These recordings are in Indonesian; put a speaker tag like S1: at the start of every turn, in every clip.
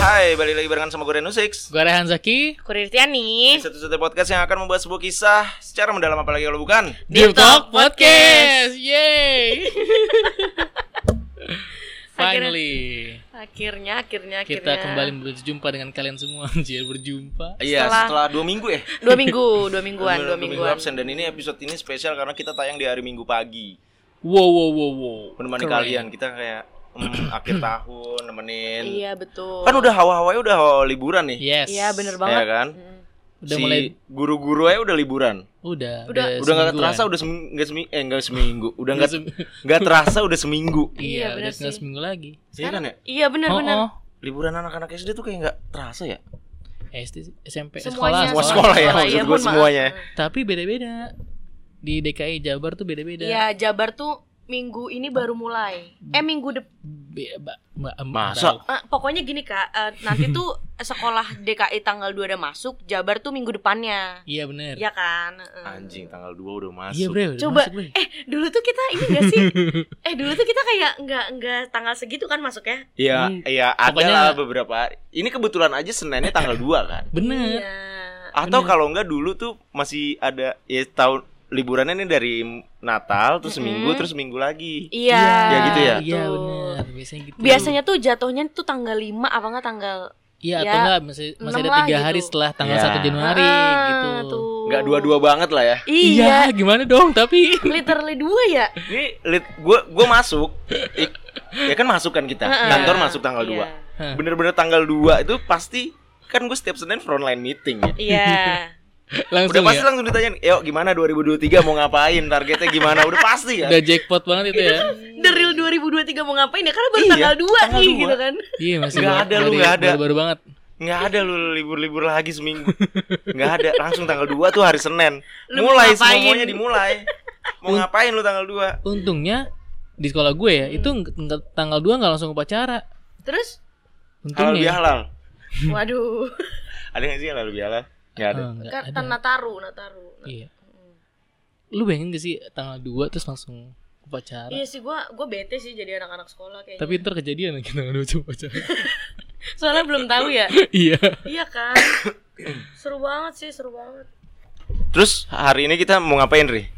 S1: lagi barengan sama Goreno Six.
S2: Gue Rehan Zaki
S3: Kurir
S2: Eh.
S3: Tiani
S1: Satu-satu podcast yang akan membuat sebuah kisah secara mendalam apalagi kalau bukan.
S3: Deep Talk Podcast.
S2: Yeay Finally
S3: Akhirnya, akhirnya, akhirnya
S2: Kita kembali berjumpa dengan kalian semua Anjir berjumpa
S1: Iya,
S3: Setelah-
S1: setelah dua minggu ya.
S3: Dua minggu, dua mingguan, dua
S1: minggu
S3: mingguan
S1: absen dan ini episode ini spesial karena kita tayang di hari Minggu pagi
S2: Wow wow wow wow
S1: menemani
S2: Keren.
S1: kalian. Kita kayak mm, akhir tahun nemenin.
S3: Iya betul
S1: Kan udah hawa-hawanya udah hawa liburan nih.
S2: Yes
S3: Iya bener
S1: Iya
S3: banget
S1: kan?
S3: Mm.
S2: Udah
S1: si
S2: mulai
S1: guru-guru aja udah liburan.
S2: Udah
S3: Udah.
S1: Udah nggak
S2: semingguan.
S1: terasa udah seminggu, enggak seminggu, eh nggak seminggu. Udah
S2: Udah
S1: nggak
S2: sem-
S1: nggak terasa udah seminggu.
S3: Iya,
S2: Iya udah
S3: bener
S2: tinggal
S3: sih.
S2: seminggu lagi
S1: Iya kan ya?
S3: Iya bener-bener
S2: Oh, oh.
S1: Liburan anak-anak SD tuh kayak nggak terasa ya?
S2: SD SMP
S3: Semuanya
S1: Semua
S2: sekolah, sekolah.
S1: sekolah. ya, maksud
S3: iya,
S1: gua
S3: mohon maaf.
S1: semuanya.
S2: Tapi beda-beda Di DKI Jabar tuh beda-beda
S3: Iya Jabar tuh minggu ini baru mulai
S1: Hmm.
S3: Eh minggu depan
S2: Be- ba- ma- em-
S1: Masa?
S3: Pokoknya gini kak eh, Nanti tuh sekolah DKI tanggal 2 udah masuk Jabar tuh minggu depannya
S2: Iya bener
S3: Iya kan Mm.
S1: Anjing tanggal 2 udah masuk.
S2: Iya bre udah
S3: Coba,
S2: masuk, bre.
S3: eh dulu tuh kita ini gak sih? eh dulu tuh kita kayak nggak nggak tanggal segitu kan masuk ya?
S1: Iya,
S2: Hmm.
S1: iya ada
S2: Pokoknya-
S1: lah beberapa. hari. Ini kebetulan aja Seninnya tanggal 2 kan.
S2: Bener
S3: Iya.
S1: Atau
S2: Bener.
S1: kalau enggak dulu tuh masih ada ya tahun liburannya nih dari Natal terus seminggu
S3: Mm-mm.
S1: terus seminggu lagi.
S3: Iya.
S1: Ya gitu ya?
S2: Iya
S3: Betul.
S2: benar. Biasanya gitu.
S3: Biasanya tuh jatuhnya tuh tanggal 5 apa nggak tanggal
S2: Iya
S3: ya,
S2: atau enggak masih masih ada
S3: enam lah
S2: tiga
S3: gitu.
S2: hari setelah tanggal
S1: Ya.
S2: 1 Januari
S3: Ah,
S2: gitu.
S3: tuh.
S1: Enggak dua-dua banget lah ya.
S2: Iya,
S3: Iya.
S2: gimana dong tapi
S3: Literally dua ya?
S1: Ini lit gua gua masuk. I- ya kan masuk kan kita.
S3: Heeh.
S1: Kantor masuk tanggal
S3: Iya.
S1: 2. Bener-bener tanggal 2 itu pasti kan gue setiap Senin frontline meeting ya.
S3: Iya.
S1: Udah
S2: langsung
S1: pasti
S2: ya.
S1: langsung ditanyain, "Yuk, gimana 2023 mau ngapain? Targetnya gimana?" Udah pasti kan.
S2: Udah jackpot banget itu ya.
S3: The real 2023 mau ngapain ya? Karena baru
S1: Iya,
S3: tanggal 2
S1: tanggal
S3: nih
S1: dua.
S3: gitu kan.
S2: Iya masih
S1: Nggak
S2: baru-
S1: ada, lu
S2: baru-
S1: nggak ada.
S2: Baru-baru banget.
S1: Nggak ada lu libur-libur lagi seminggu. Nggak ada. Langsung tanggal 2 tuh hari Senin.
S3: Lu mau
S1: Mulai
S3: ngapain?
S1: semuanya dimulai. Mau ngapain lu tanggal 2?
S2: Untungnya di sekolah gue ya itu
S3: Hmm.
S2: nggak- nggak- tanggal 2 nggak langsung upacara.
S3: Terus
S1: Halal
S2: Untungnya. ya.
S1: bihalal.
S3: waduh,
S1: Ada nggak sih halal bihalal? Nggak ada.
S2: Ah, nggak ada.
S3: kata Nataru, Nataru.
S2: Iya. Lu bayangin gak sih tanggal 2 terus langsung upacara?
S3: Iya sih gua gua bete sih jadi anak-anak sekolah kayaknya.
S2: Tapi ntar kejadian lagi tanggal 2 upacara.
S3: Soalnya belum tahu ya.
S2: Iya.
S3: Iya kan Seru banget sih seru banget
S1: Terus hari ini kita mau ngapain, Ri?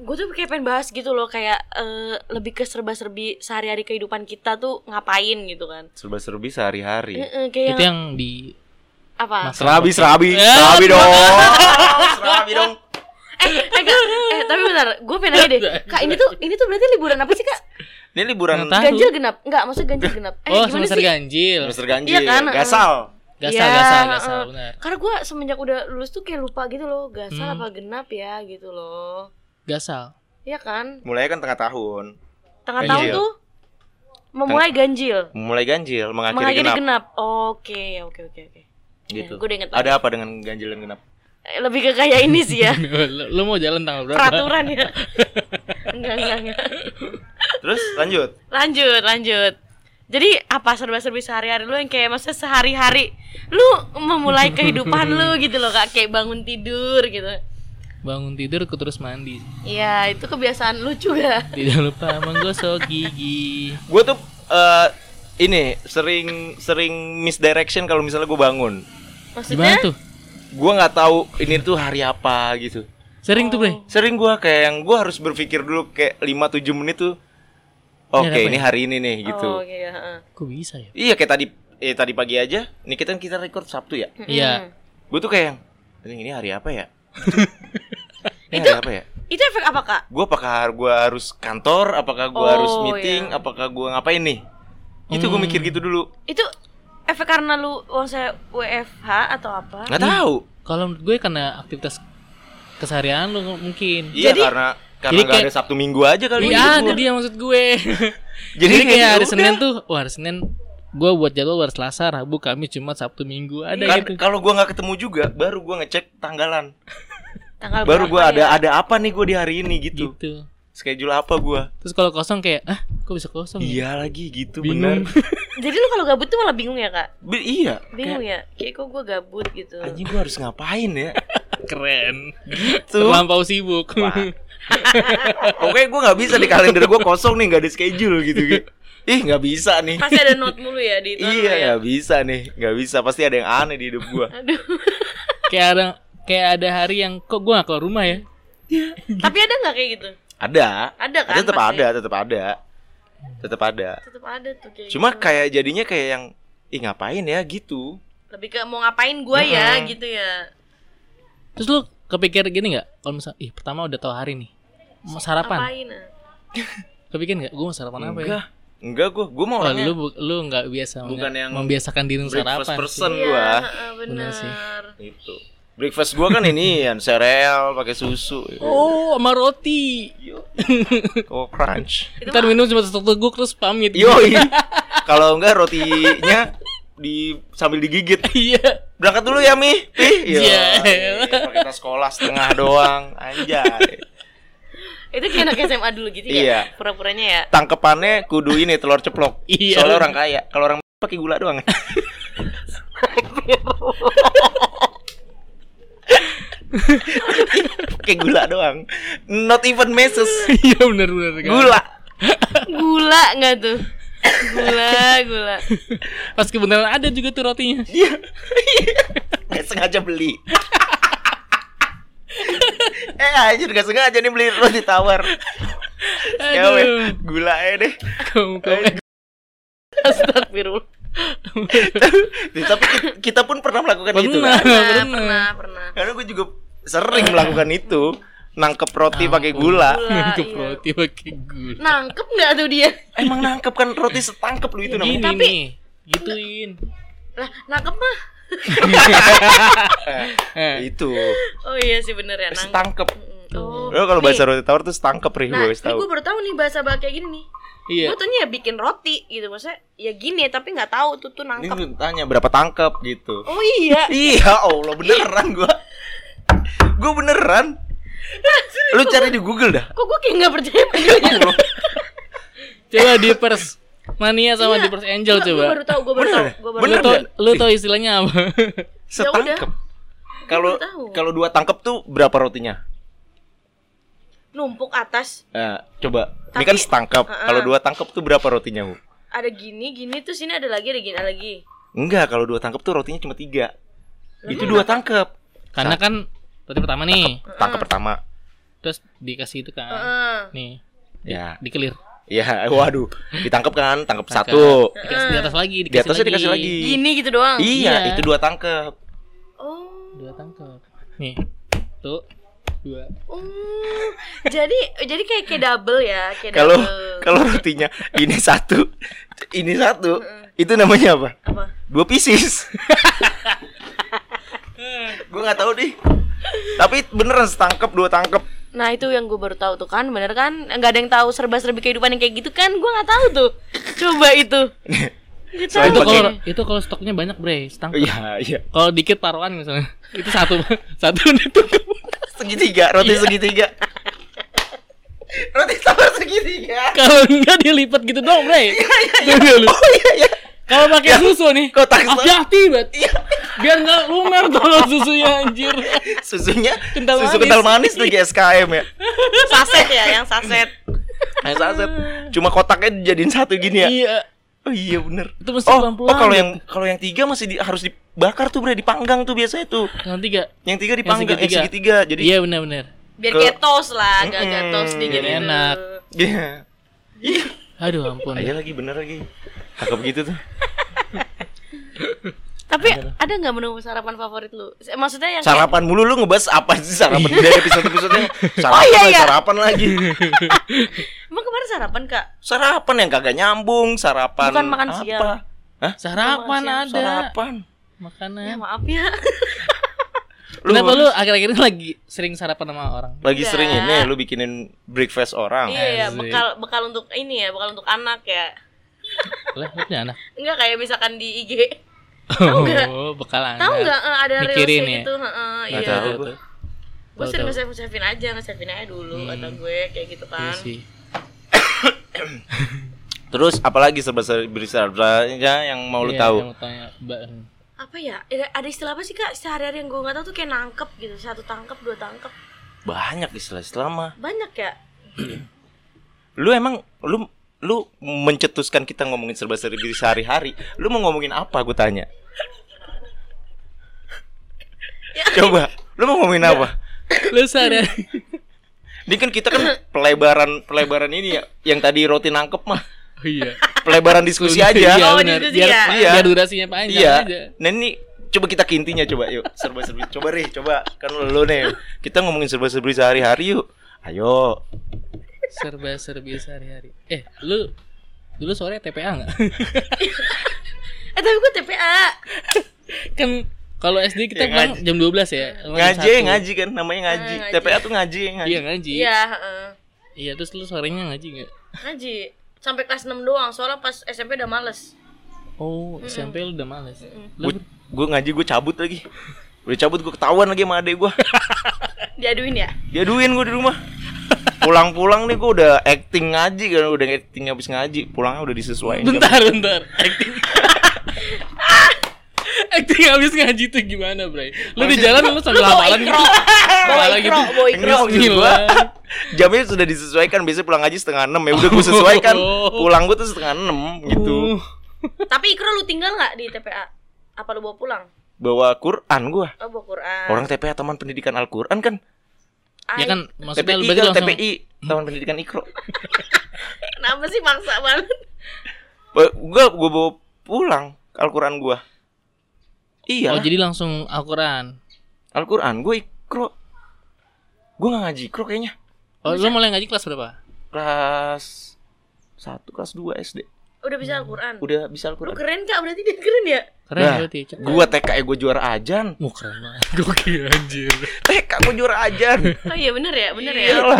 S3: Gue tuh kayak pengen bahas gitu loh Kayak eh, lebih ke serba-serbi sehari-hari kehidupan kita tuh ngapain gitu kan
S1: Serba-serbi sehari-hari.
S3: Eh, eh,
S2: Iya.
S3: Kayak
S2: Itu
S3: yang
S2: yang di
S3: apa
S2: Mas-
S1: Serabi, serabi,
S2: Eh,
S1: serabi dong. Serabi dong.
S3: Eh eh, Kak, eh, tapi bentar Gue pengen nanya deh Kak ini tuh ini tuh berarti liburan apa sih kak?
S1: Ini liburan
S2: Nggak tahu.
S3: Ganjil genap? Enggak maksudnya ganjil genap Eh
S2: Anu. oh,
S3: gimana
S2: semester
S3: sih?
S2: ganjil.
S1: semester ganjil.
S3: Iya kan, eh.
S1: Gasal.
S2: Gasal,
S3: Ya,
S2: gasal,
S3: eh,
S2: gasal,
S3: eh.
S2: benar.
S3: Karena gue semenjak udah lulus tuh kayak lupa gitu loh Gasal
S2: Hmm.
S3: apa genap ya gitu loh
S2: Gasal.
S3: Iya kan?
S1: Mulai kan tengah tahun.
S3: Tengah
S1: Ganjil.
S3: tahun tuh Memulai ganjil
S1: Mulai ganjil, mengakhiri
S3: Mengakhiri
S1: genap.
S3: genap Oke oke oke oke
S1: Gitu.
S3: Gue udah inget
S1: Ada apa dengan ganjil dan genap?
S3: Eh, lebih ke kayak ini sih ya
S2: lu, lu mau jalan tanggal berapa?
S3: peraturan ya enggak enggak enggak
S1: Terus lanjut.
S3: lanjut lanjut jadi apa serba-serbi sehari-hari lu yang kayak maksudnya sehari-hari lu memulai kehidupan lu gitu loh kak kayak bangun tidur gitu
S2: Bangun tidur ke terus mandi.
S3: Iya itu kebiasaan ya. lu juga
S2: Tidak lupa menggosok gigi.
S1: gue tuh eh, ini sering sering misdirection kalau misalnya gue bangun
S2: Gimana
S3: maksudnya
S2: tuh?
S1: gue nggak tahu ini tuh hari apa gitu
S2: Sering tuh,
S3: Oh.
S2: Bre.
S1: sering gue kayak yang gue harus berpikir dulu kayak 5-7 menit tuh oke
S2: Ini
S1: ini
S2: ada apa ya?"
S1: hari ini nih gitu
S3: oh, oke, ya, heeh.
S2: Kok bisa ya?
S1: iya kayak tadi eh tadi pagi aja ini kita kita record sabtu ya
S3: Mm-mm.
S2: Iya.
S1: gue tuh kayak yang, "Anjing, ini hari apa ya ini
S3: Itu-
S1: hari apa ya
S3: itu efek apa kak
S1: gue apakah gue harus kantor apakah gue
S3: Oh,
S1: harus meeting
S3: iya.
S1: apakah gue ngapain nih itu gue
S2: Hmm.
S1: mikir gitu dulu
S3: itu efek karena lu saya WFH atau apa
S1: nggak tahu
S2: Kalau menurut gue karena aktivitas keseharian lu mungkin.
S1: Iya
S3: Jadi-
S1: karena karena
S2: jadi
S1: nggak
S2: kayak-
S1: ada Sabtu Minggu aja kali.
S2: Iya,
S1: menurut
S2: itu
S1: gua.
S2: dia maksud gue.
S1: Jadi kayak
S2: Jadi,
S1: gitu.
S2: kayak hari
S1: yaudah.
S2: Senin tuh, wah hari Senin gue buat jadwal hari Selasa, Rabu, Kamis, Jumat, Sabtu, Minggu ada
S1: Kan
S2: gitu.
S1: kalau gua nggak ketemu juga, baru gua ngecek tanggalan.
S3: tanggal
S1: Baru
S3: berapa
S1: gua
S3: ya?
S1: ada ada apa nih gua di hari ini gitu.
S2: Gitu.
S1: Schedule apa gua?
S2: Terus kalau kosong kayak, ah, kok bisa kosong? ya?"
S1: Iya lagi gitu
S2: Bingung.
S1: bener.
S3: jadi lu kalau gabut tuh malah bingung ya kak
S1: Be- iya.
S3: bingung ya kayak kok gue gabut gitu
S1: Kayak, Anjing gua harus ngapain ya?
S2: Keren.
S1: Tuh.
S2: Terlampau sibuk.
S1: Wah. Pokoknya gua nggak bisa di kalender gua kosong nih nggak ada schedule gitu. gitu. ih nggak bisa nih
S3: Pasti ada note mulu ya di tuan
S1: iya
S3: lu ya.
S1: nggak bisa nih nggak bisa pasti ada yang aneh di hidup gua
S3: Aduh.
S2: kayak ada kayak ada hari yang kok gue gak keluar rumah ya
S3: Tapi ada nggak kayak gitu?
S1: ada
S3: Ada kan,
S1: tetap
S3: pasti.
S1: ada tetap ada tetap ada
S3: Tetap ada tuh kayak
S1: cuma
S3: gitu.
S1: kayak jadinya kayak yang ih ngapain ya gitu
S3: lebih ke mau ngapain gua ya
S1: Mm-mm.
S3: gitu ya.
S2: terus lu kepikir gini nggak kalau misal ih pertama udah tahu hari nih mau sarapan
S3: Ngapain? ah?
S2: kepikir nggak gue mau sarapan apa ya
S1: enggak enggak gua gua mau
S2: Oh,
S1: orangnya
S2: lu bu- lu nggak biasa
S1: Bukan
S2: nggak
S1: yang
S2: membiasakan diri untuk
S1: breakfast
S2: sarapan
S1: person.
S2: sih.
S1: Gua.
S3: Iya, heeh,
S2: Bener sih.
S3: bener.
S1: itu breakfast gua kan ini yang sereal pakai susu
S2: oh sama roti
S1: oh crunch
S3: Itu
S2: ntar minum cuma satu teguk terus pamit
S1: yoi kalau enggak rotinya di sambil digigit
S2: iya
S1: berangkat dulu ya mi Ih, yoi.
S2: Iya.
S1: pakai tas sekolah setengah doang anjay
S3: itu kayak anak SMA dulu gitu
S1: Iya.
S3: ya. Pura-puranya ya.
S1: tangkepannya kudu ini telur ceplok.
S2: Iya.
S1: Soalnya orang kaya. Kalau orang pakai gula doang. pakai gula doang. Not even meses.
S2: iya benar benar
S1: Gula.
S3: Gula nggak tuh? Gula, gula.
S2: pas kebenaran ada juga tuh rotinya
S1: Iya. Gak sengaja beli. eh anjir gak sengaja nih beli roti tawar. Ya weh,
S2: aduh
S1: gula aja deh.
S2: kamu kamu
S3: Astagfirullah.
S1: Tapi ki- kita pun pernah melakukan itu kan.
S2: Pernah.
S3: Pernah,
S2: bener.
S3: Nah, pernah, pernah.
S1: Karena gue juga sering melakukan itu. Nangkep roti
S2: Ya
S1: pakai gula.
S3: Gula,
S2: nangkep
S3: iya.
S2: roti pakai gula
S3: Nangkep nggak tuh dia?
S1: Emang nangkep kan roti setangkep lu itu
S2: gini
S1: namanya.
S2: nih gituin
S3: Lah, nangkep mah.
S2: Eh,
S1: Nah, itu
S3: Oh iya sih bener ya, nangkep.
S1: setangkep.
S3: Mm, Oh.
S1: Lo kalau bahasa
S3: Nih,
S1: roti tawar tuh setangkep nih
S3: Nah,
S1: gue
S3: ini gue
S1: tahu.
S3: baru tahu nih bahasa bahasa kayak gini nih.
S2: iya
S3: Gue tanya ya bikin roti gitu maksudnya ya gini tapi nggak tahu tuh tuh
S1: Ini
S3: nangkep.
S1: gue tanya berapa tangkep gitu.
S3: Oh iya.
S1: Iya, Allah beneran gue. Gue beneran.
S3: Nah,
S1: Lu cari di Google dah.
S3: Kok gue kayak nggak percaya sama dia?
S1: Allah.
S2: coba Dippers mania sama Dippers Angel coba
S3: Gue Iya. baru tahu, gue baru
S1: Bener
S3: tahu,
S1: ya?
S3: gue baru
S2: lu
S1: Bener
S3: tahu.
S2: tau
S1: nggak?
S2: lu tau istilahnya apa
S1: Setangkep. Kalau
S3: Gue baru tahu.
S1: kalau dua tangkep tuh berapa rotinya?
S3: Numpuk atas
S1: Eh, coba. Ini
S3: Tapi- uh-uh.
S1: kan setangkep.
S3: Heeh.
S1: Kalau dua tangkep tuh berapa rotinya, Bu?
S3: ada gini gini terus ini ada lagi ada gini ada lagi.
S1: Enggak, kalau dua tangkep tuh rotinya cuma tiga. Itu dua tangkep.
S3: Uh-uh.
S2: karena kan roti pertama nih
S1: Tangkep pertama.
S2: terus dikasih itu kan
S3: Heeh.
S1: Ah.
S2: nih
S1: Ya.
S2: dikelir
S1: Ya, waduh, ditangkep kan, tangkep satu.
S2: dikasih di atas lagi dikasih
S1: Di atasnya dikasih lagi.
S3: Gini gitu doang.
S1: Iya,
S2: Iya.
S1: itu dua tangkep.
S3: Oh.
S2: dua tangkap nih tuh dua
S3: oh. jadi jadi kayak kayak double ya,
S2: Iya.
S3: kayak
S1: Kalau
S3: double.
S1: kalau rotinya ini satu, ini satu, itu namanya apa?
S3: apa?
S1: Dua pieces. gue nggak tahu deh. Tapi beneran setangkep dua tangkep.
S3: Nah itu yang gue baru tahu tuh kan bener kan nggak ada yang tahu serba-serbi kehidupan yang kayak gitu kan gue nggak tahu tuh coba itu Nggak
S1: Soalnya
S3: tahu
S2: itu
S1: Oke.
S2: kalau itu kalau stoknya banyak bre setangkap
S1: Iya, iya.
S2: kalau dikit paruan misalnya itu satu satu ditutup
S1: Segitiga, roti
S2: Iya.
S1: segitiga. roti tawar segitiga.
S2: kalau enggak dia lipat gitu dong bre
S1: Oh iya iya.
S2: kalau pakai susu nih
S1: kotak susu. Iya.
S2: hati-hati bet biar nggak lumer kalau susunya anjir
S1: Susunya
S2: Kental
S1: susu
S2: manis.
S1: kental manis lagi SKM ya.
S3: saset ya yang saset
S1: Yang saset. Cuma kotaknya dijadiin satu gini ya.
S2: iya
S1: Oh iya bener.
S2: Itu mesti
S1: oh,
S2: pelan-pelan
S1: Oh kalau
S2: gitu.
S1: yang kalau yang tiga masih di- harus dibakar tuh bre dipanggang tuh biasanya tuh.
S2: yang tiga
S1: Yang tiga dipanggang, yang eh, segitiga. Jadi
S2: iya benar-benar
S3: biar
S1: Ke-
S3: ketos lah agak
S1: Mm-mm,
S3: ketos dikit gitu.
S2: biar enak.
S1: Iya. Iya.
S2: aduh ampun
S1: Aja lagi bener lagi. Cakep gitu tuh.
S3: tapi ada nggak menu sarapan favorit lu Eh, maksudnya yang kayak-
S1: Sarapan mulu lu ngebahas apa sih sarapan dari episode-episodenya? Sarapan,
S3: Oh, iya,
S1: lagi,
S3: iya.
S1: sarapan lagi.
S3: emang kemarin sarapan kak
S1: Sarapan yang kagak nyambung, sarapan
S3: Bukan makan
S1: apa?
S3: siang.
S1: Hah?
S2: sarapan
S3: Makan
S2: ada
S1: Sarapan.
S3: ya
S2: makanan
S3: maaf ya
S2: kenapa lu akhir-akhir ini lagi sering sarapan sama orang
S1: Lagi
S3: Enggak.
S1: sering ini lu bikinin breakfast orang.
S3: iya ya
S2: Asik.
S3: bekal bekal untuk ini ya bekal untuk anak ya
S2: lah lu punya anak
S3: enggak kayak misalkan di IG
S2: Tahu
S3: nggak?
S2: Oh, bekal anak.
S3: tahu nggak eh, ada
S2: Mikirin
S3: reelsnya
S2: ya?
S3: gitu heeh,
S1: Nggak
S3: iya
S1: tahu.
S2: Tahu, Tahu,
S3: gue sering
S2: tahu. Hmm.
S3: nge save aja nge save aja dulu kata gue kayak gitu
S2: Iya
S3: kan
S2: sih.
S1: Terus apalagi serba-serbi sarapannya yang mau Oh, lu
S2: Iya,
S1: tahu?
S2: yang mau tanya, Mbak.
S3: apa ya ada ada istilah apa sih kak sehari-hari yang gue nggak tahu tuh kayak nangkep gitu satu tangkep dua tangkep
S1: Banyak istilah-istilah mah.
S3: banyak ya
S1: Lu emang lu lu mencetuskan kita ngomongin serba-serbi sehari-hari, lu mau ngomongin apa gue tanya? Coba, lu mau ngomongin apa?
S2: Lu sadar.
S1: Ini kan kita kan pelebaran pelebaran ini ya, yang tadi roti nangkep mah
S2: Oh iya.
S1: pelebaran diskusi
S2: Iya,
S1: aja.
S3: Oh,
S2: benar.
S3: diskusi
S2: Biar,
S3: ya?
S1: Iya.
S2: biar durasinya panjang
S1: Iya.
S2: aja.
S1: Nah ini coba kita ke intinya coba yuk serba-serbi. Coba Rih, coba kan lu lu nih. Kita ngomongin serba-serbi sehari-hari yuk. Ayo.
S2: Serba serbi sehari-hari. Eh, lu dulu sore TPA nggak?
S3: Eh tapi gue TPA.
S2: kan kalau SD
S1: Iya,
S2: kita pulang
S1: ngaji.
S2: jam 12 ya. Sama jam
S1: Ngaji,
S2: satu.
S1: ngaji kan namanya ngaji.
S3: Eh, ngaji.
S1: TPA tuh ngaji, ngaji.
S2: Iya, ngaji. Iya.
S3: Iya, heeh.
S2: terus lu sorenya ngaji nggak?
S3: Ngaji sampai kelas 6 doang soalnya pas SMP udah males.
S2: Oh, SMP lu udah males. ya? Lu
S1: Gue ngaji gue cabut lagi. Udah cabut gue ketahuan lagi sama adek gue.
S3: Diaduin ya?
S1: Diaduin gue di rumah. Pulang-pulang nih gue udah acting ngaji kan udah acting habis ngaji. Pulangnya udah disesuaikan.
S2: bentar, bentar. Acting. Acting habis ngaji tuh gimana, Bray? Lu di jalan lu sambil hafalan gitu. Hafalan
S3: Boy
S2: gitu.
S3: Crow, Boy
S1: Ini
S3: Crow.
S2: Crow.
S1: maksud gua, Jamnya sudah disesuaikan Biasanya pulang ngaji setengah enam Ya udah gue sesuaikan
S2: Oh.
S1: Pulang gue tuh setengah enam gitu
S2: Uh,
S3: Tapi Ikro lu tinggal nggak di TPA? Apa lu bawa pulang?
S1: Bawa Quran gue
S3: Oh, bawa Quran.
S1: Orang TPA Taman Pendidikan Al-Quran kan
S2: Ya kan maksudnya lu
S1: TPI
S2: berarti
S1: kan
S2: langsung
S1: TPI Taman Pendidikan Ikro
S3: Kenapa sih maksa banget?
S1: Gue gue bawa pulang Al-Quran gue Iya
S2: Oh, jadi langsung Al-Quran.
S1: Al-Quran gue Ikro Gue gak ngaji Ikro kayaknya
S2: Oh, lu mulai ngaji kelas berapa?
S1: Kelas satu kelas 2 SD
S3: Udah bisa Al-Quran.
S1: Udah bisa
S3: Lu
S1: Al-Quran
S3: keren kak? Berarti dia keren ya?
S2: Keren
S1: Nah,
S2: berarti. Cep.
S1: gue TKE gue juara ajan
S2: Wah, keren banget. Gokil anjir.
S1: TK gue juara ajan
S3: Oh iya bener ya, bener ya.
S1: Iyalah.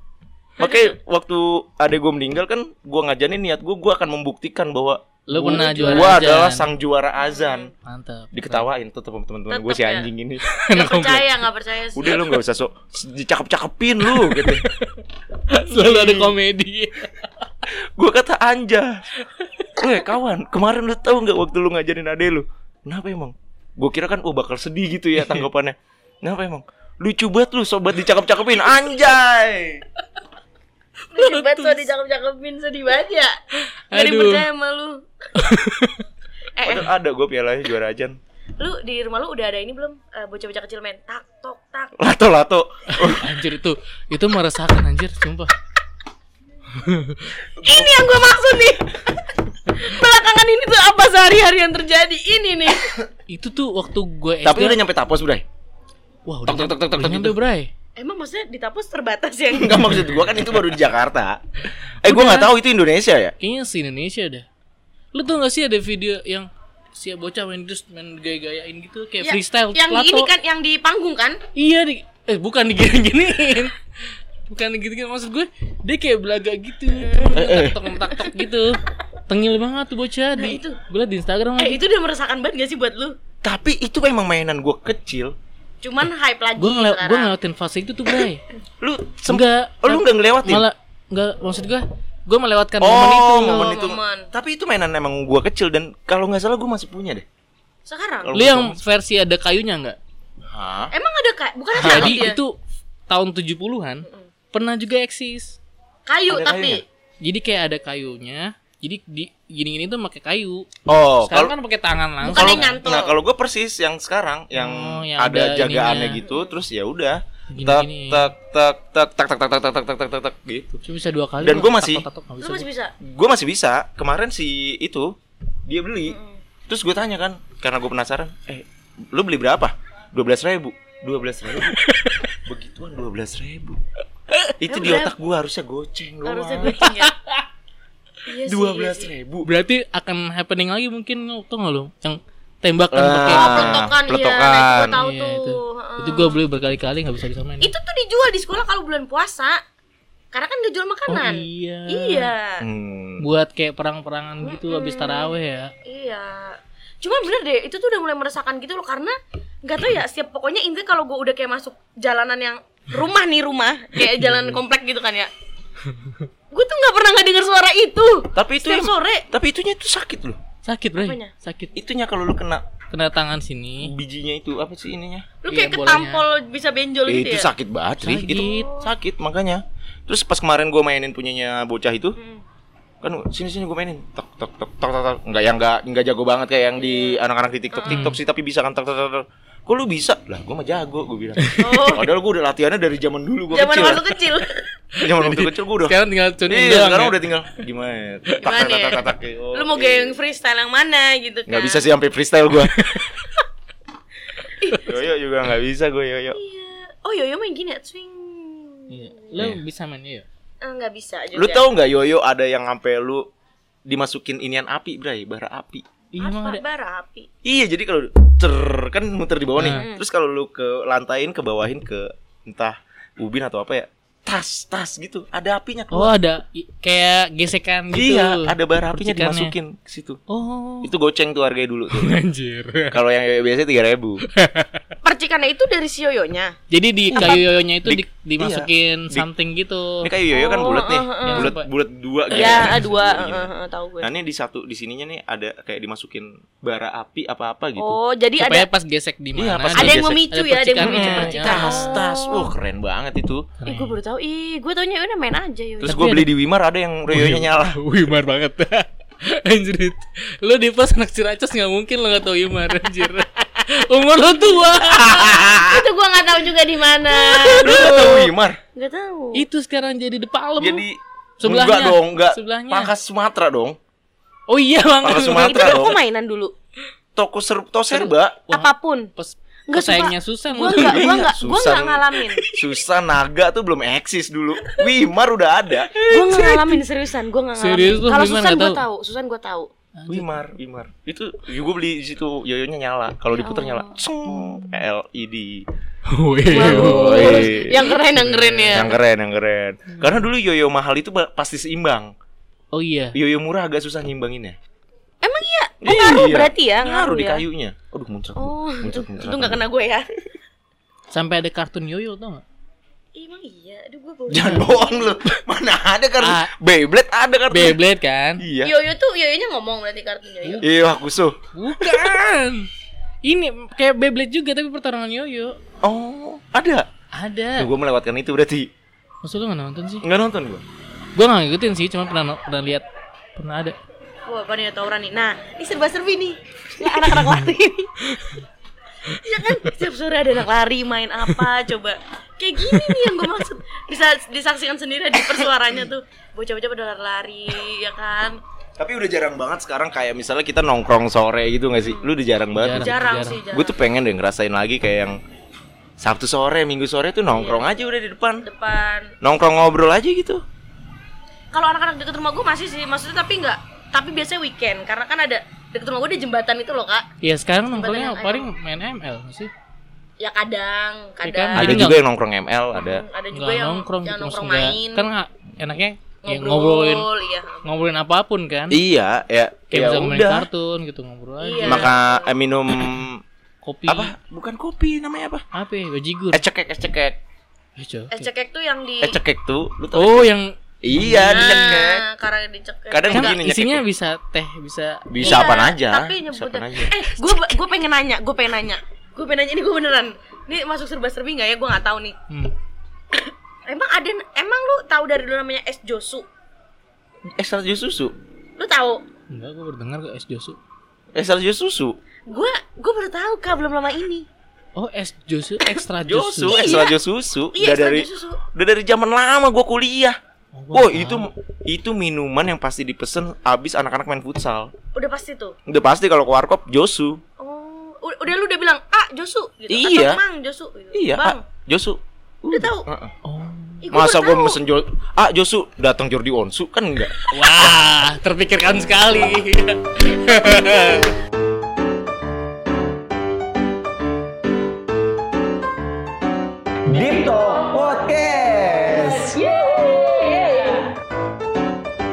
S1: Makanya waktu adek gue meninggal kan gue ngajarin niat gue gue akan membuktikan bahwa
S2: Lu pernah
S1: gue
S2: juara azan.
S1: adalah sang juara azan.
S2: Mantap. Nah,
S1: Diketawain tuh teman-teman gue
S3: Tetep
S1: si
S3: ya.
S1: anjing ini.
S3: Gak percaya, gak percaya sih.
S1: Udah lu nggak usah sok dicakap-cakepin lu gitu.
S2: Selalu ada komedi.
S1: gue kata anja. Weh kawan, kemarin lu tahu nggak waktu lu ngajarin adek lu? Kenapa emang? Gue kira kan oh bakal sedih gitu ya tanggapannya. Kenapa emang? Lucu banget lu sobat dicakap-cakepin anjay.
S3: Lucu banget soal dicakep-cakepin sedih banget ya. Gak
S2: Aduh.
S3: dipercaya sama lu. eh, eh,
S1: Padahal ada gue pialanya juara ajan.
S3: lu di rumah lu udah ada ini belum? Eh, Bocah-bocah kecil main tak tok tak.
S1: Lato-lato.
S2: Anjir itu itu meresahkan anjir, sumpah.
S3: Ini yang gue maksud nih. Belakangan ini tuh apa sehari-hari yang terjadi ini nih.
S2: Itu tuh waktu gue SD.
S1: Tapi udah nyampe tapos, Bray.
S2: Wah, udah
S1: Tok, tok, tok, tok, tok,
S2: udah nyampe,
S1: gitu.
S2: Bray.
S3: Emang maksudnya ditapus terbatas yang
S1: Enggak maksud gua kan itu baru di Jakarta. Eh gua nggak tahu itu Indonesia ya.
S2: Kayaknya se Indonesia dah. Lu tau gak sih ada video yang si bocah main terus main gaya-gayain gitu kayak
S3: Ya,
S2: freestyle
S3: yang di
S2: lato.
S3: ini kan yang di panggung kan?
S2: Iya di eh bukan digini-giniin. bukan digini-giniin maksud gue dia kayak belaga gitu.
S3: Eh,
S2: Tok tok tok gitu. Tengil banget tuh bocah di.
S3: Nah, itu.
S2: Gue liat di Instagram
S3: Eh
S2: lagi.
S3: itu udah meresahkan banget gak sih buat lu?
S1: Tapi itu emang mainan gua kecil.
S3: Cuman hype lagi
S2: Gue ngelew
S3: sekarang.
S2: gue ngelewatin fase itu tuh, Bray.
S1: Lu sem-
S2: Enggak.
S1: Oh, lu enggak ngelewatin.
S2: Malah enggak maksud gue gue melewatkan
S1: oh,
S2: momen itu.
S1: momen itu.
S3: momen.
S1: Tapi itu mainan emang gua kecil dan kalau nggak salah gua masih punya deh.
S3: Sekarang?
S1: Kalau-
S2: Lu yang versi ada kayunya enggak?
S1: Hah?
S3: Emang ada kayak bukan
S1: Iya.
S3: ada
S2: Jadi
S3: kayu dia?
S2: itu tahun 70-an pernah juga eksis.
S3: kayu
S1: Ada
S3: tapi
S1: kayunya?
S2: Jadi kayak ada kayunya. Jadi di gini-gini tuh pakai kayu.
S1: Oh,
S2: Sekarang
S1: kalau
S2: kan pakai tangan langsung.
S3: Bukan
S1: kalau
S3: yang nyantol.
S1: nah kalau gua persis yang sekarang yang,
S2: Oh, yang
S1: ada,
S2: ada
S1: jagaannya
S2: ininya.
S1: gitu terus ya udah
S2: Gini-gini.
S1: tak tak tak tak tak tak tak tak tak tak tak tak tak gitu.
S2: Cuma bisa dua kali.
S1: Dan
S2: gua
S1: gua masih-
S2: tatok-tatok, nggak
S3: lu
S2: bisa
S3: masih
S2: gua.
S3: bisa.
S1: Gua masih bisa. Kemarin si itu dia beli. Terus gue tanya kan, karena gue penasaran, eh lu beli berapa? 12 ribu 12 ribu Begituan 12 ribu Itu di otak gue harusnya goceng doang
S3: Harusnya gue ya. Iya sih,
S1: 12
S3: iya sih.
S1: ribu
S2: Berarti akan happening lagi mungkin tuh nggak lu? Yang tembakan
S1: Ah.
S2: pakai.
S3: Oh, pelotokan, iya. Nah, itu
S1: Pelotokan.
S3: gue tahu
S2: Iya,
S3: tuh.
S2: itu.
S3: Heeh.
S2: Itu gua beli berkali-kali nggak bisa disamain.
S3: Itu tuh dijual di sekolah kalau bulan puasa. Karena kan gak jual makanan.
S2: Oh, iya.
S3: Iya.
S1: Hmm.
S2: Buat kayak perang-perangan gitu habis taraweh ya.
S3: Iya. Cuma bener deh, itu tuh udah mulai meresahkan gitu loh karena nggak tau ya setiap pokoknya intinya kalau gue udah kayak masuk jalanan yang rumah nih rumah kayak jalan komplek gitu kan ya. Gue tuh nggak pernah nggak dengar suara itu.
S1: Tapi itu
S3: Setiap
S1: em-
S3: sore.
S1: Tapi itunya itu sakit loh
S2: Sakit, Bray.
S3: Apanya?
S2: Sakit.
S1: Itunya kalau lu kena
S2: Kena tangan
S1: Oh.
S2: sini.
S1: bijinya itu Apa sih ininya?
S3: Lu
S2: Iya,
S3: kayak
S2: bolanya.
S3: ketampol bisa benjol
S1: Eh,
S3: gitu
S1: itu
S3: ya.
S1: sakit banget Ri. Itu
S2: Sakit.
S3: Hmm.
S1: sakit makanya Terus pas kemarin gue mainin punyanya bocah itu kan sini sini gue mainin tok tok tok tok tok tok nggak yang nggak nggak jago banget kayak yang di
S3: Hmm.
S1: anak-anak di tiktok tiktok sih tapi bisa kan tok tok tok tok. kok lu bisa lah gue mah jago gue bilang padahal gue udah latihannya dari zaman dulu gue
S3: Oh. Zaman
S1: kecil
S3: waktu kecil.
S1: zaman waktu kecil gue udah
S2: Sekarang tinggal tune in
S1: iya
S2: doang.
S1: sekarang
S2: ya?
S1: udah tinggal gimana ya? tak tak tak
S3: Gimana ya?
S1: tak tak, tak
S3: Lu mau gayung freestyle yang mana gitu
S1: oh, iya,
S3: kan?
S1: nggak bisa sih sampai freestyle gue yoyo juga nggak bisa gue yoyo
S3: Iya. Oh yoyo main gini ya, swing.
S2: Iya. Lu bisa main iya. yoyo?
S3: Eh, Nggak bisa juga.
S1: lu tahu nggak yoyo ada yang sampai lu dimasukin inian api bray bara api
S2: Iya, emang
S3: apa
S2: ada.
S3: barapi?
S1: Iya, jadi kalau cer kan muter di bawah nih.
S3: Nah.
S1: Terus kalau lu ke lantaiin ke bawahin ke entah ubin atau apa ya. Tas, tas gitu. Ada apinya
S2: Oh,
S1: keluar.
S2: ada i- kayak gesekan gitu.
S1: Iya, ada bara apinya
S2: percikannya.
S1: dimasukin ke situ.
S2: Oh,
S1: Itu goceng tuh harganya dulu tuh.
S2: anjir.
S1: kalau yang biasanya 3000.
S3: Percikannya itu dari si yoyonya.
S2: Jadi di kayu yoyonya itu
S1: Iya, Di-
S2: di- dimasukin
S1: iya. Di-
S2: something gitu.
S1: Ini kayak yoyo kan bulat nih.
S3: Oh, uh,
S2: uh.
S1: Bulat bulat dua gitu.
S3: Iya,
S1: kan,
S3: dua.
S1: segini.
S3: eh, eh, eh, tahu gue.
S1: Nah, ini di satu di sininya nih ada kayak dimasukin bara api apa-apa gitu.
S3: Oh, jadi
S2: Supaya
S3: ada
S2: pas gesek di mana? gitu.
S1: Iya, pas
S3: ada yang
S1: gesek.
S3: memicu
S2: Ada
S3: ya, ada yang
S2: percikannya,
S3: memicu
S2: ya.
S3: percikan.
S1: Tas, tas. Wah,
S3: Oh.
S1: keren banget itu.
S2: iya.
S3: Ih, gue baru tahu. Ih, gue taunya udah main aja yoyo.
S1: Terus gue beli di Wimar ada yang yoyonya nyala.
S2: Wimar banget. anjir. Lu di pas anak Ciracas nggak mungkin lo gak tau Wimar anjir. Umur lu tua.
S3: Itu gue nggak tahu juga di mana.
S1: Lu nggak tahu Wimar?
S3: Nggak tahu.
S1: Iya,
S2: itu sekarang jadi The Palem.
S1: Jadi
S2: Sebelahnya.
S1: enggak dong, enggak.
S2: Sebelahnya.
S1: Pangkas Sumatera dong.
S2: Oh iya, Bang.
S1: Pangkas
S3: Itu
S1: Sumatera
S3: aku
S1: dong.
S3: mainan dulu.
S1: Toko ser to serba.
S2: Wah.
S3: Apapun.
S2: Pas
S3: Nggak,
S2: sayangnya
S3: sumpah.
S2: susah
S3: Gue
S2: mulu.
S3: nggak, gue
S1: Iya,
S3: nggak, gue
S1: susah.
S3: nggak ngalamin.
S1: Susah naga tuh belum eksis dulu. Wimar udah ada.
S3: Gue nggak ngalamin seriusan, gue nggak ngalamin.
S2: Serius lu,
S3: Kalau
S2: Bima
S3: Susan
S2: nggak
S3: gue
S2: tahu?
S3: tahu, Susan gue tahu.
S1: Wimar, Wimar. Itu gue beli di situ yoyonya nyala. Kalau diputar nyala. E Cung, LED. Woi.
S3: Yang keren, yang keren ya.
S1: Yang keren, yang keren. Karena dulu yoyo mahal itu ba- pasti seimbang.
S2: Oh iya.
S1: Yoyo murah agak susah nyimbanginnya.
S3: Emang iya, oh, ngaruh
S1: Iya.
S3: berarti ya,
S1: Ngaruh di
S3: ya.
S1: kayunya. Aduh, muncrat.
S3: Oh, itu
S1: muncrat, muncrat.
S3: nggak kena gue ya.
S2: Sampai ada kartun yoyo tau gak?
S3: Emang iya, aduh gue baru.
S1: Jangan bohong lu. Mana ada kartu
S2: Ah.
S1: Beyblade ada kartu.
S2: Beyblade kan?
S1: Iya.
S3: Yoyo tuh yoyonya ngomong berarti kartun yoyo.
S1: Iya, Hakuso.
S2: Bukan. Ini kayak Beyblade juga tapi pertarungan yoyo.
S1: Oh, ada.
S2: Ada.
S1: gue melewatkan itu berarti.
S2: Maksud lu gak nonton sih?
S1: Nggak nonton gue.
S2: Gue gak ngikutin sih, cuma pernah pernah lihat pernah ada.
S3: Wah, apa nih tawuran nih? Nah, ini serba-serbi nih. Ya, anak-anak lari ini. ya kan, setiap sore ada anak lari main apa coba. Kayak gini nih yang gue maksud. Bisa disaksikan sendiri di persuaranya tuh. Bocah-bocah pada lari, ya kan?
S1: Tapi udah jarang banget sekarang kayak misalnya kita nongkrong sore gitu nggak sih? Lu udah jarang banget.
S3: Jarang,
S2: Jarang.
S3: sih, jarang.
S1: Gue tuh pengen deh ngerasain lagi kayak yang Sabtu sore, Minggu sore tuh nongkrong aja udah di depan.
S3: depan
S1: Nongkrong ngobrol aja gitu.
S3: kalau anak-anak deket rumah gue masih sih maksudnya tapi nggak tapi biasanya weekend karena kan ada deket rumah gue di jembatan itu loh kak
S2: Ya sekarang
S3: yang
S2: nongkrongnya
S3: ayam.
S2: paling main ML nggak sih.
S3: ya kadang
S2: kan?
S3: kadang
S1: ada
S2: Jadi
S1: juga
S2: nggak-
S1: yang nongkrong ML, ada.
S3: ada juga
S2: Nggak
S3: yang
S2: nongkrong
S3: yang
S2: gitu
S3: nongkrong
S2: maksudnya.
S3: main
S2: Kan nggak enaknya ya
S3: ngobrol
S2: ngobrolin
S3: iya
S2: ngobrolin apapun kan.
S1: Iya, ya
S2: Kayak
S1: ya
S2: bisa main
S1: udah.
S2: kartun gitu ngobrol aja.
S3: Iya.
S1: Maka eh, minum
S2: Kopi.
S1: apa? Bukan kopi namanya apa? Eh,
S2: Apa? ya? Bajigur.
S1: Ecekek, ecekek.
S2: Eh, cok.
S3: ecekek tuh yang di
S1: Ecekek Eh, tuh lu tau?
S2: Oh yang
S1: Iya, dicekek.
S3: nah, karena dicekek
S1: Kadang
S2: kan
S1: begini
S2: isinya
S1: nyekek.
S2: bisa teh bisa
S1: bisa
S3: Iya,
S1: apaan aja.
S3: tapi
S1: bisa
S3: nyebutnya
S1: apaan aja.
S3: eh gue gue pengen nanya gue pengen nanya gue pengen nanya ini gue beneran ini masuk serba serbi nggak ya gue nggak tahu nih
S2: hmm.
S3: emang ada emang lu tahu dari dulu namanya es josu
S1: Extra jus susu.
S3: lu tahu
S2: Enggak, gue baru dengar kok es Josu.
S1: Extra jus susu.
S3: gue gue baru tahu kak belum lama ini
S2: Oh, es Josu ekstra
S1: Josu,
S2: Josu.
S1: extra jus susu. udah
S3: Iya, extra
S1: dari
S3: jus susu.
S1: udah dari zaman lama gua kuliah.
S2: gua
S1: Oh, itu itu minuman yang pasti dipesen abis anak-anak main futsal.
S3: udah pasti tuh
S1: Udah pasti kalau ke warkop Josu.
S3: Oh, u- udah lu udah bilang, "Ah, Josu." gitu.
S1: Iya.
S3: Atau Mang Josu gitu.
S1: Iya,
S3: Bang.
S1: ah, Josu.
S3: udah tahu.
S1: Heeh.
S2: Oh.
S3: Ih, gua
S1: Masa
S3: baru
S1: gua
S3: tahu.
S1: mesen Josu? Ah, Josu datang Jordi Onsu kan enggak.
S2: Wah, terpikirkan sekali.
S1: Deep Talk.